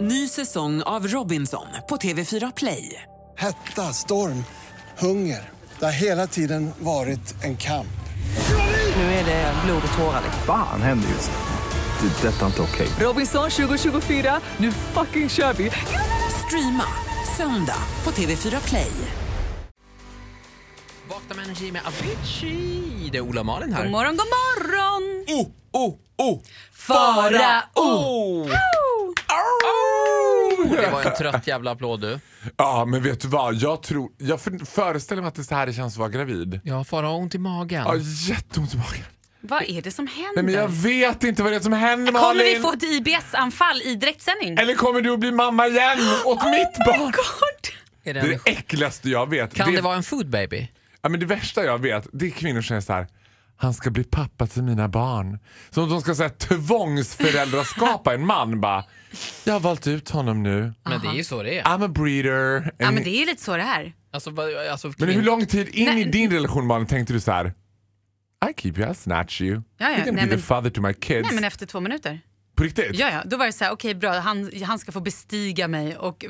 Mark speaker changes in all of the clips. Speaker 1: Ny säsong av Robinson på TV4 Play.
Speaker 2: Hetta, storm, hunger. Det har hela tiden varit en kamp.
Speaker 1: Nu är det blod och tårar. liksom.
Speaker 3: Fan händer just nu. Det. är Detta är inte okej.
Speaker 1: Robinson 2024, nu fucking kör vi! Streama söndag på TV4 Play.
Speaker 4: Vakna med energi med Avicii. Det är Ola och Malin
Speaker 5: God
Speaker 4: här.
Speaker 5: morgon, god morgon!
Speaker 4: Oh, oh, oh.
Speaker 5: Fara
Speaker 4: Oh. Oh. Det var en trött jävla applåd du.
Speaker 6: Ja, men vet du vad? Jag, tror, jag för- föreställer mig att det så här känns att vara gravid.
Speaker 4: Ja, Farao har ont i magen.
Speaker 6: Jag har jätteont i magen.
Speaker 5: Vad är det som händer?
Speaker 6: Nej, men jag vet inte vad det är som händer Malin.
Speaker 5: Kommer vi få ett IBS-anfall i direktsändning?
Speaker 6: Eller kommer du att bli mamma igen åt mitt barn?
Speaker 5: Oh God.
Speaker 4: Är
Speaker 6: Det
Speaker 4: det
Speaker 6: är
Speaker 4: en...
Speaker 6: det äckligaste jag vet.
Speaker 4: Kan det... vara en food baby?
Speaker 6: ja, men det värsta jag vet det är kvinnor som säger så här. Han ska bli pappa till mina barn. Som att de ska säga tvångsföräldraskapa en man. Bara, jag har valt ut honom nu.
Speaker 4: Men det är ju så det är.
Speaker 6: I'm a breeder.
Speaker 5: Ja, men det är ju lite så det här.
Speaker 4: Alltså, vad- alltså,
Speaker 6: Men hur
Speaker 4: kvin-
Speaker 6: lång tid in
Speaker 5: Nej.
Speaker 6: i din relation Malin tänkte du så här? I keep you, I snatch you.
Speaker 5: ja.
Speaker 6: You're gonna be
Speaker 5: Nej, men-
Speaker 6: the father to my kids.
Speaker 5: Nej, men efter två minuter.
Speaker 6: På riktigt?
Speaker 5: Ja, ja. Då var det så här, okej bra, han, han ska få bestiga mig och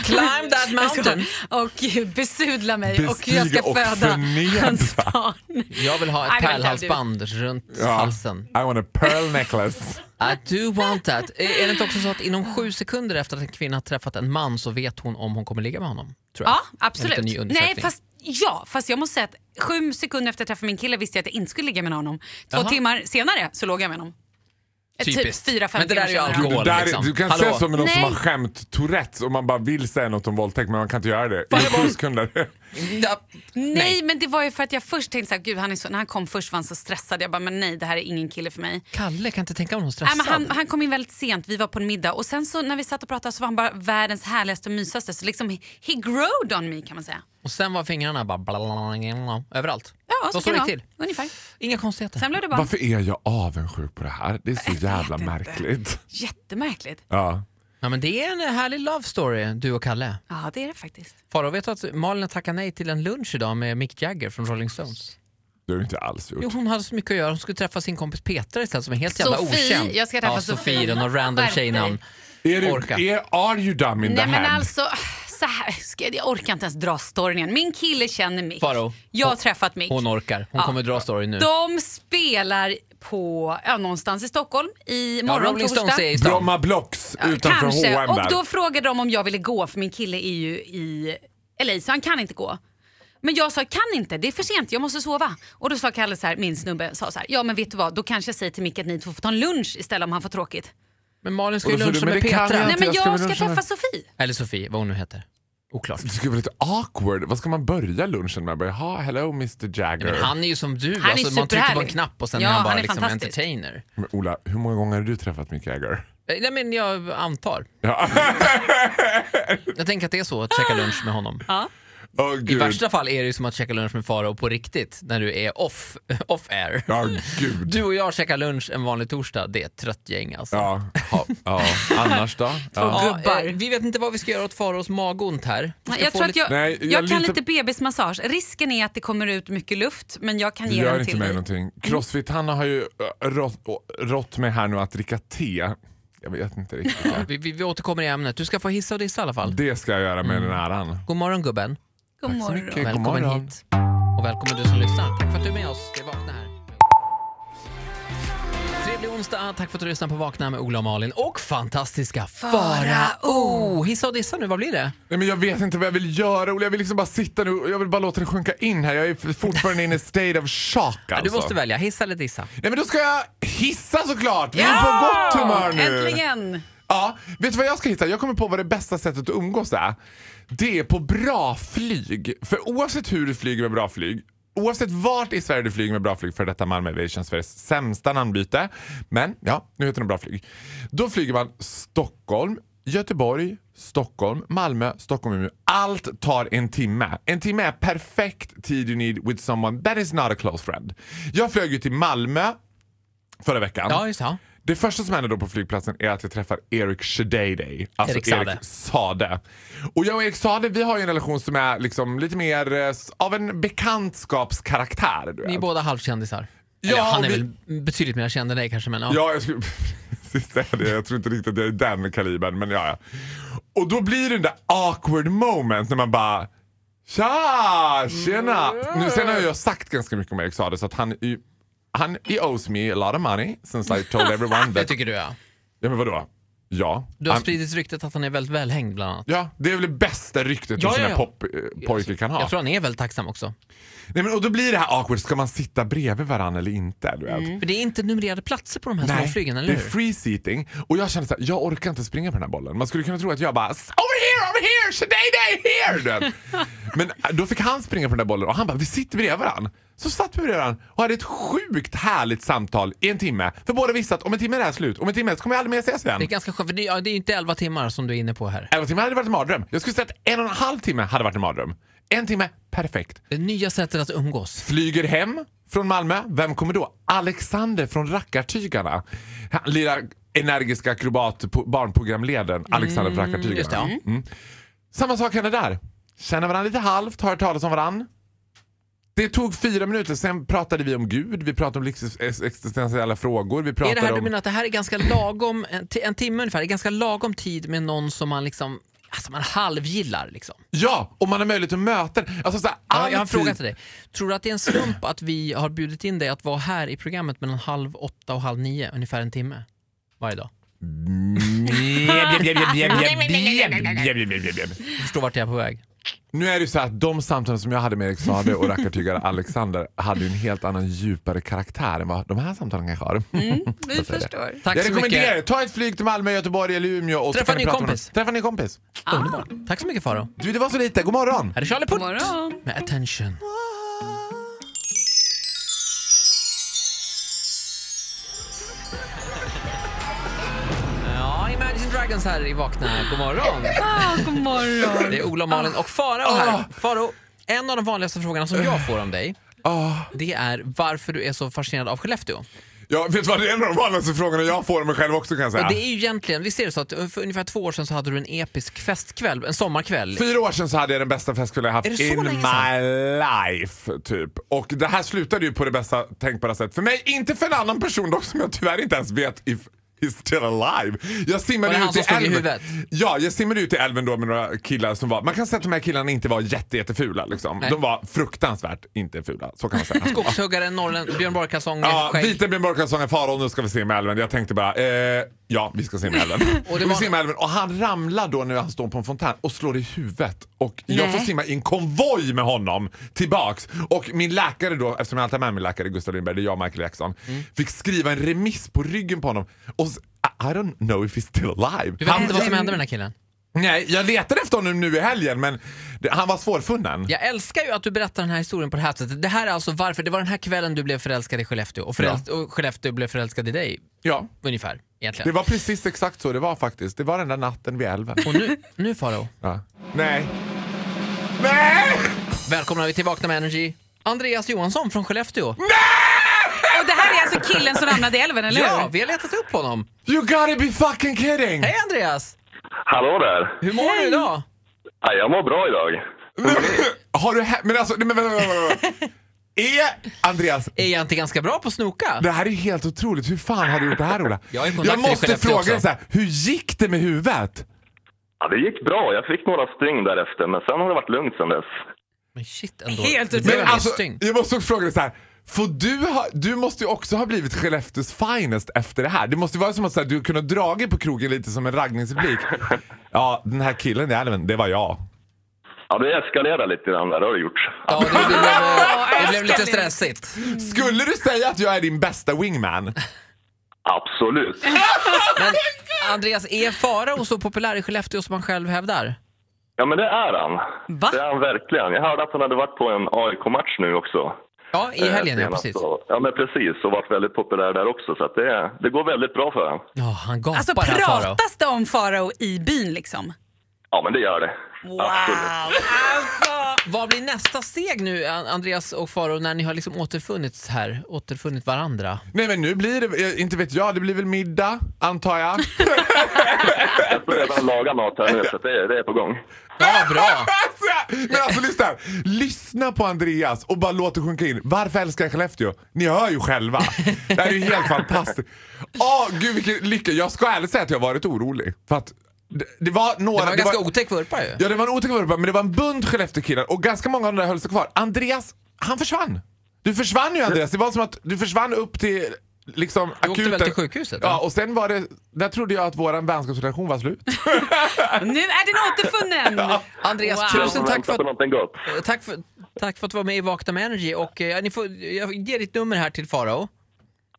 Speaker 4: Climb that mountain.
Speaker 5: och besudla mig och
Speaker 6: Bestiga
Speaker 5: jag ska
Speaker 6: och
Speaker 5: föda
Speaker 6: förnedra.
Speaker 5: hans barn.
Speaker 4: Jag vill ha
Speaker 5: Nej,
Speaker 4: ett
Speaker 5: men det-
Speaker 4: pärlhalsband runt
Speaker 6: Ja.
Speaker 4: halsen.
Speaker 6: I want a pearl necklace.
Speaker 4: I do want that. Är är det inte också så att inom sju sekunder efter att en kvinna har träffat en man så vet hon om hon kommer ligga med honom? Tror jag.
Speaker 5: Ja, absolut.
Speaker 4: En liten ny undersökning.
Speaker 5: Nej, fast, ja, fast jag måste säga att sju sekunder efter att jag träffade min kille visste jag att jag inte skulle ligga med honom. Två
Speaker 4: Jaha.
Speaker 5: timmar senare så låg jag med honom. Eh,
Speaker 4: Typiskt.
Speaker 5: Typ fyra, fem
Speaker 4: Men det där är ju
Speaker 5: timmar senare.
Speaker 4: alkohol.
Speaker 6: Det där,
Speaker 4: liksom.
Speaker 6: Du kan
Speaker 4: Hallå.
Speaker 6: säga så med någon som
Speaker 5: Nej.
Speaker 6: har skämt Tourettes och man bara vill säga något om våldtäkt men man kan inte göra det. I sju sekunder.
Speaker 4: Ja,
Speaker 5: Nej, men det var ju för att jag först tänkte så här, gud han är så, när han kom först var han så stressad. Jag bara, men nej det här är ingen kille för mig.
Speaker 4: Kalle kan inte tänka om hon är
Speaker 5: Nej,
Speaker 4: stressad.
Speaker 5: men han, han kom in väldigt sent, vi var på en middag och sen så när vi satt och pratade så var han bara världens härligaste och mysigaste. Så liksom, he, he growed on me kan man säga.
Speaker 4: Och sen var fingrarna bara blablabla, överallt.
Speaker 5: Ja, så
Speaker 4: Och så
Speaker 5: kan
Speaker 4: gick
Speaker 5: det
Speaker 4: till.
Speaker 5: vara. Ungefär.
Speaker 4: Inga konstigheter.
Speaker 5: Sen blev det bara
Speaker 6: Varför är jag avundsjuk på det här? Det är så jävla märkligt.
Speaker 5: jättemärkligt.
Speaker 6: Ja.
Speaker 4: Ja, men det är en härlig love story, du och Kalle.
Speaker 5: Ja, det är det faktiskt.
Speaker 4: Farao, vet du att Malin har tackat nej till en lunch idag med Mick Jagger från Rolling Stones?
Speaker 6: Det har du inte alls gjort.
Speaker 4: Jo, hon hade så mycket att göra. Hon skulle träffa sin kompis Petra istället som är helt jävla
Speaker 5: Sofie.
Speaker 4: okänd.
Speaker 5: Jag ska träffa
Speaker 4: ja,
Speaker 5: Sofie.
Speaker 4: Sofie. och någon random
Speaker 5: Skärp dig.
Speaker 4: tjejnamn.
Speaker 6: Är
Speaker 4: orka.
Speaker 6: du, är, are you dumb in
Speaker 5: Nej
Speaker 6: the
Speaker 5: men
Speaker 6: head?
Speaker 5: alltså, så här, ska- jag orkar inte ens dra storyn igen. Min kille känner Mick.
Speaker 4: Faro,
Speaker 5: jag har
Speaker 4: hon-
Speaker 5: träffat Mick.
Speaker 4: Hon orkar. Hon
Speaker 5: Ja.
Speaker 4: kommer dra story nu.
Speaker 5: De spelar på, ja, någonstans i Stockholm i
Speaker 4: Ja,
Speaker 5: morgon
Speaker 4: Rolling
Speaker 5: torsdag.
Speaker 4: Stones är i stan.
Speaker 6: Bromma Blocks
Speaker 5: Ja,
Speaker 6: utanför
Speaker 5: Kanske.
Speaker 6: H&M
Speaker 5: Och
Speaker 6: där.
Speaker 5: då frågade de om jag ville gå för min kille är ju i LA så han kan inte gå. Men jag sa kan inte, det är för sent, jag måste sova. Och då sa Kalle så här, min snubbe sa så här, ja men vet du vad, då kanske jag säger till Mick att ni två får ta en lunch istället om han får tråkigt.
Speaker 4: Men Malin ska
Speaker 6: Och
Speaker 4: ju
Speaker 6: då sa
Speaker 4: luncha
Speaker 6: du, men
Speaker 4: med
Speaker 6: det kan
Speaker 4: Petra.
Speaker 6: jag
Speaker 5: Nej men
Speaker 6: jag ska
Speaker 5: jag ska
Speaker 6: luncha med-
Speaker 5: träffa Sofie.
Speaker 4: Eller Sofie, vad hon nu heter. Oklart.
Speaker 6: Det skulle vara lite awkward. Vad ska man börja lunchen med? Bara, ha, hello Mr Jagger.
Speaker 4: Men han är ju som du. alltså,
Speaker 5: är
Speaker 4: man trycker på en
Speaker 5: superhärlig.
Speaker 4: knapp och sen
Speaker 5: Ja,
Speaker 4: är han bara
Speaker 5: han är
Speaker 4: liksom
Speaker 5: fantastisk.
Speaker 4: entertainer.
Speaker 6: Men Ola, hur många gånger har du träffat Mick Jagger?
Speaker 4: Eh, Nej, men jag antar.
Speaker 6: Ja.
Speaker 4: Jag tänker att det är så att käka lunch med honom.
Speaker 6: Åh,
Speaker 4: I
Speaker 6: gud.
Speaker 4: värsta fall är det ju som att käka lunch med Farao på riktigt, när du är off, off air.
Speaker 6: Ja, gud.
Speaker 4: Du och jag käkar lunch en vanlig torsdag, det är ett trött gäng alltså.
Speaker 6: Ja. ja. Annars då? Ja.
Speaker 4: Ja,
Speaker 5: gubbar.
Speaker 4: eh, vi vet inte vad vi ska göra åt Faraos magont här. Vi ska
Speaker 5: Jag
Speaker 4: få
Speaker 5: tror att
Speaker 4: lite-
Speaker 5: jag,
Speaker 6: Nej,
Speaker 5: jag,
Speaker 6: jag
Speaker 5: kan
Speaker 6: litar-
Speaker 5: lite bebismassage. Risken är att det kommer ut mycket luft men jag kan
Speaker 6: Det
Speaker 5: ge
Speaker 6: gör
Speaker 5: den
Speaker 6: inte
Speaker 5: till
Speaker 6: mig
Speaker 5: dig.
Speaker 6: någonting. Crossfit-Hanna har ju äh, rått, å- rått mig här nu att dricka te. Jag vet inte riktigt.
Speaker 4: vi, vi, vi återkommer i ämnet. Du ska få hissa och dissa i alla fall.
Speaker 6: Det ska jag göra med den
Speaker 4: Mm.
Speaker 6: äran.
Speaker 4: God morgon gubben.
Speaker 5: God morgon.
Speaker 6: mycket. God
Speaker 4: välkommen
Speaker 6: morgon.
Speaker 4: hit. Och välkommen du som lyssnar. Tack för att du är med oss. Det är Vakna här. Trevlig onsdag. Tack för att du lyssnar på Vakna med Ola och Malin och fantastiska Farao. Hissa och dissa nu, vad blir det?
Speaker 6: Nej, men jag vet inte vad jag vill göra Ola. Jag vill liksom bara sitta nu och jag vill bara låta det sjunka in här. Jag är f- fortfarande in a state of shock alltså.
Speaker 4: Du måste välja, hissa eller dissa.
Speaker 6: Nej men då ska jag hissa såklart! Vi är på gott humör nu!
Speaker 5: Äntligen!
Speaker 6: Ja, vet du vad jag ska hitta? Jag kommer på vad det bästa sättet att umgås är. Det är på bra flyg. För oavsett hur du flyger med bra flyg, oavsett vart i Sverige du flyger med bra flyg, för detta Malmö Aviation, Sveriges sämsta namnbyte. Men ja, nu heter den bra flyg. Då flyger man Stockholm, Göteborg, Stockholm, Malmö, Stockholm, Umeå. Allt tar en timme. En timme är perfekt tid you need with someone that is not a close friend. Jag flög ju till Malmö förra veckan.
Speaker 4: Ja, just det. ja.
Speaker 6: Det första som händer då på flygplatsen är att jag träffar Eric Shadady. Alltså
Speaker 4: Erik
Speaker 6: Erik
Speaker 4: Saade.
Speaker 6: Sade. Och jag och Erik Sade vi har ju en relation som är liksom lite mer eh, s- av en bekantskapskaraktär. Du
Speaker 4: Ni är
Speaker 6: vet.
Speaker 4: båda halvkändisar.
Speaker 6: Ja,
Speaker 4: Eller, han
Speaker 6: och
Speaker 4: är
Speaker 6: vi-
Speaker 4: väl betydligt mer känd än dig kanske, men ja.
Speaker 6: Ja, jag skulle... Sist säga det. Jag tror inte riktigt att jag är den kalibern, men ja, ja. Och då blir det den där awkward moment när man bara Tja! Tjena! Nu, sen har jag sagt ganska mycket om Erik Saade så att han, är ju- han he owes me a lot of money since I told everyone
Speaker 4: Det
Speaker 6: that...
Speaker 4: tycker du ja.
Speaker 6: Ja men vadå? Ja.
Speaker 4: Du har
Speaker 6: Han-
Speaker 4: spridit ryktet att han är väldigt välhängd bland annat.
Speaker 6: Ja, det är väl det bästa ryktet
Speaker 4: Ja,
Speaker 6: en sån
Speaker 4: ja,
Speaker 6: här
Speaker 4: ja.
Speaker 6: pop poppojke kan ha.
Speaker 4: Jag tror han är väldigt tacksam också.
Speaker 6: Nej, men, och då blir det här awkward, ska man sitta bredvid varandra eller inte? Du vet?
Speaker 4: För det är inte numrerade platser på de här småflygen, eller
Speaker 6: det är
Speaker 4: hur?
Speaker 6: free seating. Och jag kände såhär, jag orkar inte springa på den här bollen. Man skulle kunna tro att jag bara over here, over here, today day here. Du vet. Men äh, då fick han springa på den där bollen och han bara, vi sitter bredvid varandra. Så satt vi bredvid varandra och hade ett sjukt härligt samtal i en timme. För båda visste att om en timme är det här slut, om en timme så kommer jag aldrig mer ses igen.
Speaker 4: Det är ganska skönt, för det, ja, det är ju inte 11 timmar som du är inne på här.
Speaker 6: Elva timmar hade varit en mardröm. Jag skulle säga att en och en halv timme hade varit en mardröm. En timme, perfekt.
Speaker 4: Det nya sättet att umgås.
Speaker 6: Flyger hem från Malmö. Vem kommer då? Alexander från Rackartygarna. Han- Lilla energiska akrobat po- barnprogramledaren Alexander från Rackartygarna.
Speaker 4: just det, ja.
Speaker 6: Mm. Samma sak händer där. Känner varandra lite halvt, hör talas om varandra. Det tog fyra minuter, sen pratade vi om Gud, vi pratade om livs- ex- existentiella frågor. Vi pratade
Speaker 4: Är det här
Speaker 6: om...
Speaker 4: du menar att det här är ganska lagom, en, ti- en timme ungefär, det är ganska lagom tid med någon som man liksom, alltså man halvgillar liksom.
Speaker 6: Ja, och man har möjlighet att möta alltså, så här,
Speaker 4: Ja, jag har en
Speaker 6: alltid-
Speaker 4: fråga till dig. Tror du att det är en slump att vi har bjudit in dig att vara här i programmet mellan halv åtta och halv nio, ungefär en timme varje dag? Jag förstår vart jag är på väg.
Speaker 6: Nu är det ju så att de samtalen som jag hade med Erik Saade och rackartygare Alexander hade ju en helt annan djupare karaktär än vad de här samtalen kanske har.
Speaker 5: Vi förstår.
Speaker 4: Mm. Tack
Speaker 6: jag
Speaker 4: så
Speaker 6: rekommenderar
Speaker 4: mycket.
Speaker 6: er, ta ett flyg till Malmö, Göteborg eller Umeå och så
Speaker 4: Träffa
Speaker 6: kan
Speaker 4: en
Speaker 6: ni
Speaker 4: ny
Speaker 6: prata med
Speaker 4: kompis.
Speaker 6: någon. Träffa en ny kompis.
Speaker 4: Underbart. Tack så mycket Faro.
Speaker 6: Du, det var så lite. God morgon!
Speaker 4: Här är Charlie Puth
Speaker 5: God morgon.
Speaker 4: med Attention. Ja, Imagine Dragons här i Vakna. God morgon.
Speaker 5: Ah, god morgon.
Speaker 4: Det är Ola, Malin och Farao här. Farao, en av de vanligaste frågorna som jag får om dig det är varför du är så fascinerad av Skellefteå.
Speaker 6: Ja, vet du vad? Det är en av de vanligaste frågorna jag får om mig själv också kan jag säga.
Speaker 4: Och det är ju egentligen, visst är det så att för ungefär två år sedan så hade du en episk festkväll, en sommarkväll.
Speaker 6: Fyra år sedan så hade jag den bästa festkvällen jag
Speaker 4: Är det
Speaker 6: haft
Speaker 4: så
Speaker 6: in
Speaker 4: länge
Speaker 6: my life. Typ. Och det här slutade ju på det bästa tänkbara sätt. För mig, inte för en annan person dock som jag tyvärr inte ens vet if he's still alive. Jag simmade
Speaker 4: Var det
Speaker 6: ut
Speaker 4: han som
Speaker 6: i
Speaker 4: slog i
Speaker 6: älven.
Speaker 4: huvudet?
Speaker 6: Ja, jag simmade ut i älven då med några killar som var... Man kan säga att de här killarna inte var jätte, jättefula liksom.
Speaker 4: Nej.
Speaker 6: De var fruktansvärt inte fula. Så kan man säga.
Speaker 4: Skogshuggaren, norrlän, Björn Borg-kalsong,
Speaker 6: Ja,
Speaker 4: skägg.
Speaker 6: vita blir Borgkarlsson, Farao nu ska vi simma i älven. Jag tänkte bara, eh, ja vi ska simma i älven.
Speaker 4: Och
Speaker 6: och,
Speaker 4: det
Speaker 6: vi
Speaker 4: var-
Speaker 6: simmar i älven. och han ramlar då när han står på en fontän och slår i huvudet. Och jag
Speaker 5: Nej.
Speaker 6: får simma i en konvoj med honom tillbaks. Och min läkare då, eftersom jag alltid har med min läkare Gustav Lindberg, det är jag och Michael Jackson,
Speaker 4: Mm.
Speaker 6: fick skriva en remiss på ryggen på honom. Och s- I I don't know if he's still alive.
Speaker 4: Du vet
Speaker 6: Han-
Speaker 4: inte vad som hände med den här killen?
Speaker 6: Nej, jag letade efter honom nu i helgen men det, han var svårfunnen.
Speaker 4: Jag älskar ju att du berättar den här historien på det här sättet. Det här är alltså varför, det var den här kvällen du blev förälskad i Skellefteå och, föräls- och Skellefteå blev förälskad i dig,
Speaker 6: Ja,
Speaker 4: ungefär. Egentligen.
Speaker 6: det var precis exakt så det var faktiskt. Det var den där natten vid älven.
Speaker 4: Och nu, nu Faro,
Speaker 6: Ja. Nej. Nej!
Speaker 4: välkomnar vi till Vakna med Energy. Andreas Johansson från Skellefteå.
Speaker 5: Och det här är alltså killen som ramlade i älven, eller
Speaker 4: Ja,
Speaker 5: hur?
Speaker 4: vi har letat upp honom.
Speaker 6: You gotta be fucking kidding!
Speaker 4: Hej Andreas!
Speaker 7: Hallå där!
Speaker 4: Hur mår du idag?
Speaker 7: Ja, jag mår bra idag.
Speaker 6: Har du hä- Men alltså, nej, men vänta, vänta, vänta. vänta. Är Andreas...
Speaker 4: Är jag inte ganska bra på att snoka?
Speaker 6: Det här är helt otroligt. Hur fan har du gjort det här Ola?
Speaker 4: Jag är i kontakt
Speaker 6: jag
Speaker 4: med
Speaker 6: måste
Speaker 4: Skellefteå
Speaker 6: fråga
Speaker 4: också.
Speaker 6: dig så här, hur gick det med huvudet?
Speaker 7: Ja, det gick bra. Jag fick några stygn därefter, men sen har det varit lugnt sen dess.
Speaker 4: Men shit ändå.
Speaker 5: Helt
Speaker 4: Det
Speaker 5: otroligt.
Speaker 4: blev
Speaker 6: Men alltså,
Speaker 4: stygn.
Speaker 6: jag måste också fråga dig så här. Får du, ha, du måste ju också ha blivit Skellefteås finest efter det här. Det måste ju vara som att så här, du kunde ha dragit på krogen lite som en raggningsreplik. Ja, den här killen i älven, det var jag.
Speaker 7: Ja, det eskalerade lite grann där, det har det gjort.
Speaker 4: Ja, det, blev, det blev lite
Speaker 5: älskar det.
Speaker 4: stressigt.
Speaker 6: Skulle du säga att jag är din bästa wingman?
Speaker 7: Absolut.
Speaker 4: Men Andreas, är Farao så populär i Skellefteå som han själv hävdar?
Speaker 7: Ja, men det är han.
Speaker 5: Va?
Speaker 7: Det är han verkligen. Jag hörde att han hade varit på en AIK-match nu också.
Speaker 4: Ja, i
Speaker 7: Eh,
Speaker 4: helgen ja,
Speaker 7: senast.
Speaker 4: precis.
Speaker 7: Och- Ja, men precis. Och varit väldigt populär där också, så att det, det går väldigt bra för honom.
Speaker 4: Ja, han gapar
Speaker 5: Alltså
Speaker 4: här Farao.
Speaker 5: pratas det om Farao i byn liksom?
Speaker 7: Ja, men det gör det.
Speaker 5: Wow!
Speaker 7: Absolut.
Speaker 5: Alltså.
Speaker 4: Vad blir nästa steg nu, An- Andreas och Farao, när ni har liksom återfunnits här, återfunnit varandra?
Speaker 6: Nej men nu blir det, eh, inte vet jag, det blir väl middag antar jag.
Speaker 7: Jag tror redan laga mat här nu, så att det, är- det är på gång.
Speaker 4: Ja, bra.
Speaker 6: Men alltså lyssna här. Lyssna på Andreas och bara låt det sjunka in. Varför älskar jag Skellefteå? Ni hör ju själva. Det här är ju helt fantastiskt. Åh gud vilken lycka. Jag ska ärligt säga att jag varit orolig. För att det, det var några...
Speaker 4: Det var en ganska otäck vurpa ju.
Speaker 6: Ja, det var en otäck vurpa, men det var en bunt Skellefteåkillar och ganska många av de där höll sig kvar. Andreas, han försvann. Du försvann ju Andreas. Det var som att du försvann upp till liksom
Speaker 4: Du åkte väl till sjukhuset,
Speaker 6: Ja,
Speaker 4: va?
Speaker 6: och sen var det... Där trodde jag att vår vänskapsrelation var slut.
Speaker 5: Nu är den återfunnen!
Speaker 4: Andreas,
Speaker 5: Wow.
Speaker 4: tusen tack för,
Speaker 7: Vänta på
Speaker 4: att,
Speaker 7: någonting gott.
Speaker 4: Eh, tack, för, tack för att du var med i Vakna med Energy. Och, eh, ni får, jag ger ditt nummer här till Farao,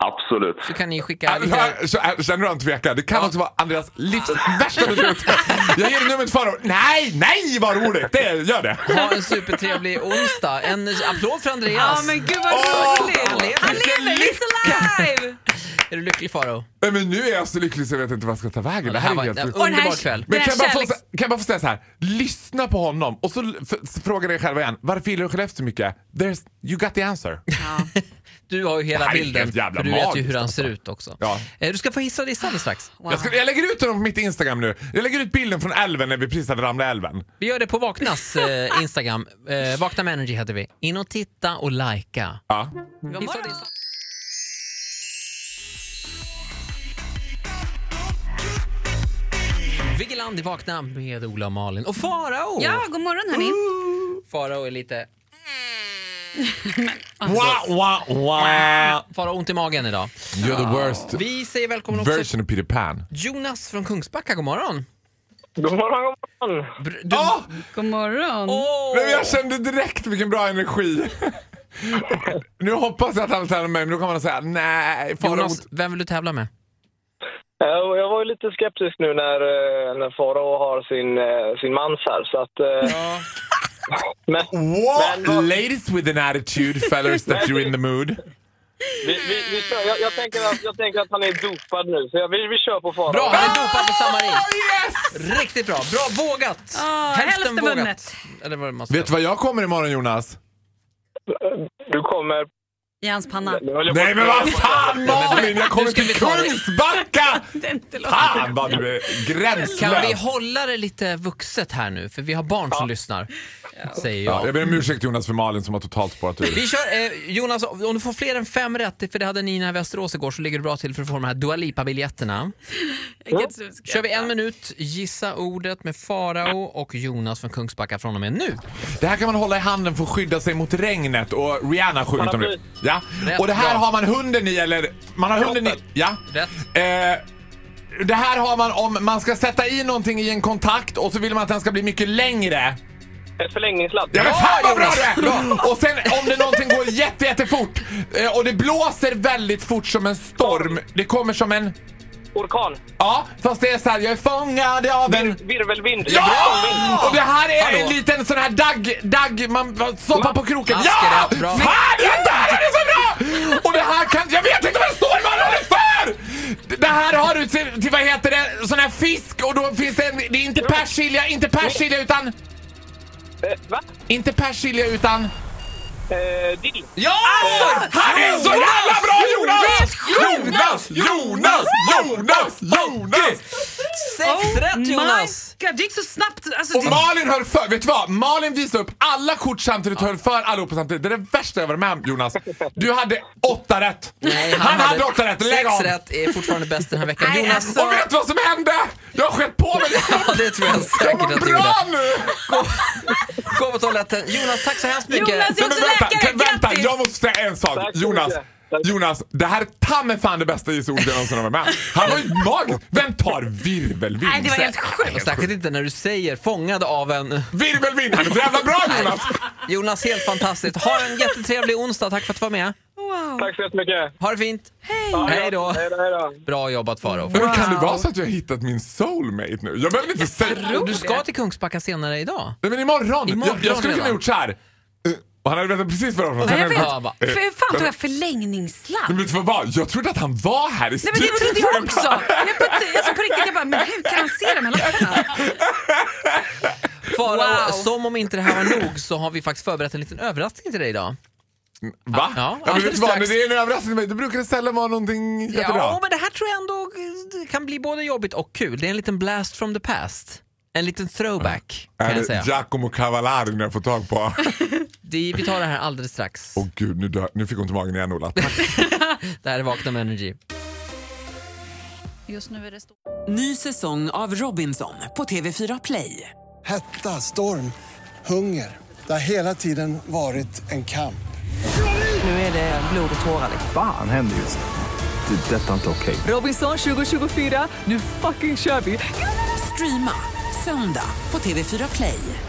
Speaker 7: Absolut.
Speaker 4: så kan ni skicka lite...
Speaker 6: Alltså, här- Känner du han tvekar? Det kan också vara Andreas livs värsta beslut. Jag ger dig numret för honom. Nej, nej vad roligt! Det, gör det.
Speaker 4: Ha en supertrevlig onsdag. En applåd för
Speaker 5: Ja
Speaker 4: Andreas.
Speaker 5: men gud vad
Speaker 6: Åh,
Speaker 5: roligt!
Speaker 4: han lever.
Speaker 5: Han lever, he's alive!
Speaker 4: Är du lycklig Farao?
Speaker 6: Nej, Men nu är jag så lycklig så jag vet inte vad jag ska ta vägen. Det
Speaker 4: Det
Speaker 6: här
Speaker 4: här
Speaker 6: är
Speaker 4: var en
Speaker 6: helt...
Speaker 5: Och den här-
Speaker 4: underbar kväll.
Speaker 6: Men
Speaker 5: Den
Speaker 6: kan
Speaker 5: här
Speaker 6: jag, bara få,
Speaker 5: kärleks-
Speaker 6: kan jag bara få säga så här. Lyssna på honom och så f- frågar dig själva igen. Varför gillar du Skellefteå så mycket? There's, you got the answer.
Speaker 4: Du har ju
Speaker 6: Det
Speaker 4: hela
Speaker 6: här är
Speaker 4: bilden,
Speaker 6: helt jävla
Speaker 4: för du vet ju
Speaker 6: magiskt,
Speaker 4: hur han
Speaker 6: alltså.
Speaker 4: ser ut också.
Speaker 6: Ja.
Speaker 4: Eh, Du ska få hissa och dissa alldeles strax.
Speaker 5: Wow.
Speaker 6: Jag, ska, jag lägger ut honom på mitt Instagram nu. Jag lägger ut bilden från älven när vi precis hade ramlat i älven.
Speaker 4: Vi gör det på Vaknas eh, Instagram. Eh, Vakna med Energy heter vi. In och titta och likea.
Speaker 6: Ja.
Speaker 5: God morgon.
Speaker 4: Vigeland i Vakna med Ola och Malin. Och Farao!
Speaker 5: Ja, god morgon hörni.
Speaker 4: Farao är lite...
Speaker 6: Wow, wow, wow.
Speaker 4: Farao har ont i magen idag.
Speaker 6: You're the worst
Speaker 4: Vi säger välkommen också
Speaker 6: version of Peter Pan.
Speaker 4: Jonas från Kungsbacka, god morgon.
Speaker 8: God morgon, god morgon.
Speaker 4: Br- du-
Speaker 6: Ah!
Speaker 5: God morgon.
Speaker 4: Åh!
Speaker 6: Nej, men jag kände direkt vilken bra energi. nu hoppas jag att han tävlar med mig, men då kommer han säga nej. Fara
Speaker 4: Jonas,
Speaker 6: ont.
Speaker 4: vem vill du tävla med?
Speaker 8: Eh, och Jag var ju lite skeptisk nu när, eh, när Farao har sin, eh, sin mans här. Så att, eh, men
Speaker 6: What?
Speaker 8: Men-
Speaker 6: Ladies with an attitude, fellas that you're in the mood.
Speaker 8: vi, vi, vi kör. Jag, jag, tänker att, jag tänker att han är dopad nu, så jag, vi, vi kör på Farao.
Speaker 4: Bra, han är dopad på samma ring.
Speaker 6: Yes!
Speaker 4: Riktigt bra. Bra vågat.
Speaker 5: Ah, hälften vunnet.
Speaker 4: Eller vad man ska
Speaker 6: Vet du vad jag kommer imorgon Jonas?
Speaker 8: Du kommer...
Speaker 5: I hans panna.
Speaker 8: Nu höll jag på-
Speaker 6: Nej men vad fan Malin! Jag kommer
Speaker 4: nu ska
Speaker 6: till
Speaker 4: vi ta det.
Speaker 6: Kungsbacka!
Speaker 5: Det är inte långt.
Speaker 6: Fan vad du är
Speaker 4: Kan vi
Speaker 6: gränslös!
Speaker 4: hålla det lite vuxet här nu? För vi har barn som lyssnar, säger
Speaker 6: Ja,
Speaker 4: jag.
Speaker 6: jag ber om ursäkt Jonas för Malin som har totalt spårat ur.
Speaker 4: Vi kör, eh, Jonas, om du får fler än fem rätt, för det hade Nina i Västerås igår, så ligger du bra till för att få de här Dua Lipa-biljetterna.
Speaker 5: Vilket susk.
Speaker 4: kör vi en minut, gissa ordet med Farao och Jonas från Kungsbacka från och med nu.
Speaker 6: Det här kan man hålla i handen för att skydda sig mot regnet och Rihanna sjunger om det.
Speaker 8: Paraply.
Speaker 6: Ja.
Speaker 4: Rätt
Speaker 6: Och det här
Speaker 4: bra.
Speaker 6: har man hunden i eller... Man har hunden i... Ja.
Speaker 4: Rätt.
Speaker 6: Eh, det här har man om man ska sätta i någonting i en kontakt och så vill man att den ska bli mycket längre.
Speaker 8: Ett förlängningsladd.
Speaker 6: Ja men fan vad bra
Speaker 4: Jonas.
Speaker 6: det är! Och sen om det någonting går jätte, jättefort eh, och det blåser väldigt fort som en storm. Det kommer som en...
Speaker 8: Orkan.
Speaker 6: Ja, fast det är så här, jag är fångad av en...
Speaker 8: Virvelvind.
Speaker 6: Ja! Och det här är en
Speaker 4: Hallå.
Speaker 6: liten sån här dagg, dagg, man man soppar på kroken.
Speaker 4: Mask
Speaker 6: Ja!
Speaker 4: är rätt bra.
Speaker 6: Fan, det här är så bra! Och det här kan, jag vet inte vad det står, vad har det för? Det här har du till, till vad heter det, sån här fisk och då finns det en, det är inte persilja, inte persilja utan,
Speaker 8: Eh, Va?
Speaker 6: inte persilja utan.
Speaker 8: Eh, dill.
Speaker 6: Ja! Han är så jävla bra Jonas! Jonas! Jonas! Jonas! Jonas!
Speaker 4: Sex rätt Jonas!
Speaker 5: Oh My God, det gick så snabbt. Alltså,
Speaker 6: Och
Speaker 5: det...
Speaker 6: Malin höll för, vet du vad? Malin visade upp alla kort samtidigt och höll för allihopa samtidigt. Det är det värsta jag varit med om Jonas. Du hade åtta rätt. han, hade, åtta rätt, lägg
Speaker 4: Sex
Speaker 6: av!
Speaker 4: rätt är fortfarande bäst den här veckan.
Speaker 5: Nej,
Speaker 4: Jonas,
Speaker 5: alltså.
Speaker 6: Och vet du vad som hände? Jag har skett på mig!
Speaker 4: ja, det tror jag
Speaker 6: Jag
Speaker 4: säkert
Speaker 6: mår
Speaker 4: att du gjorde.
Speaker 6: bra nu!
Speaker 5: Alltså,
Speaker 4: Gå på toaletten. Jonas, tack så hemskt mycket.
Speaker 5: Jonas, jag-
Speaker 6: Men vänta,
Speaker 5: läkare,
Speaker 6: kan- vänta,
Speaker 5: grattis!
Speaker 6: jag måste säga en sak.
Speaker 8: Tack så
Speaker 6: Jonas,
Speaker 8: mycket. Tack.
Speaker 6: Jonas, det här är ta mig fan det bästa isordet jag någonsin har varit med om. Han var ju magisk. Vem tar virvelvind?
Speaker 5: Nej, det var helt
Speaker 4: Och
Speaker 5: sjukt.
Speaker 4: särskilt inte när du säger fångad av en...
Speaker 6: Virvelvind, han är så jävla bra Jonas!
Speaker 4: Jonas, helt fantastiskt. Ha en jättetrevlig onsdag. Tack för att du var med.
Speaker 5: Wow.
Speaker 8: Tack så jättemycket.
Speaker 4: Ha det fint.
Speaker 8: Ja,
Speaker 4: Hej då.
Speaker 8: Hej då, hej då.
Speaker 4: Bra jobbat Farao.
Speaker 6: Men kan det vara så att jag har hittat min soulmate nu? Jag behöver inte säga...
Speaker 4: Du ska till Kungsbacka senare idag.
Speaker 6: Nej men imorgon!
Speaker 4: Imorgon
Speaker 6: jag, jag skulle kunna
Speaker 4: redan.
Speaker 6: gjort så här. Eh, Och han hade vetat precis vad det var.
Speaker 5: Jag vet.
Speaker 4: Ja, va.
Speaker 5: För hur fan tog jag förlängningssladd?
Speaker 6: Men vet du vad var? Jag trodde att han var här i
Speaker 5: Nej men det trodde jag också.
Speaker 6: bara,
Speaker 5: Jag på, alltså, på riktigt, jag bara, men hur kan han se de här lapparna?
Speaker 4: Farao,
Speaker 5: Wow.
Speaker 4: som om inte det här var nog så har vi faktiskt förberett en liten överraskning till dig idag.
Speaker 6: Va?
Speaker 4: Ja,
Speaker 6: Ja, men vet
Speaker 4: alldeles
Speaker 6: du vad,
Speaker 4: strax.
Speaker 6: när det är en överraskning för mig, då brukar det sällan vara någonting jättebra.
Speaker 4: Ja, men det här tror jag ändå eh, kan bli både jobbigt och kul. Det är en liten blast from the past. En liten throwback, kan
Speaker 6: är
Speaker 4: jag
Speaker 6: det
Speaker 4: säga.
Speaker 6: Giacomo Cavallari när jag får tag på?
Speaker 4: Det, vi tar det här alldeles strax.
Speaker 6: Åh gud, nu, dör, nu fick hon till magen igen Ola. Tack.
Speaker 4: Det här är Vakna med Energy.
Speaker 5: Just nu är det stor...
Speaker 1: Ny säsong av Robinson på TV4 Play.
Speaker 2: Hetta, storm, hunger. Det har hela tiden varit en kamp.
Speaker 1: Nu är det blod och tårar. liksom.
Speaker 3: Fan händer just nu. Det. är Detta är inte okej.
Speaker 1: Robinson 2024, nu fucking kör vi! Streama söndag på TV4 Play.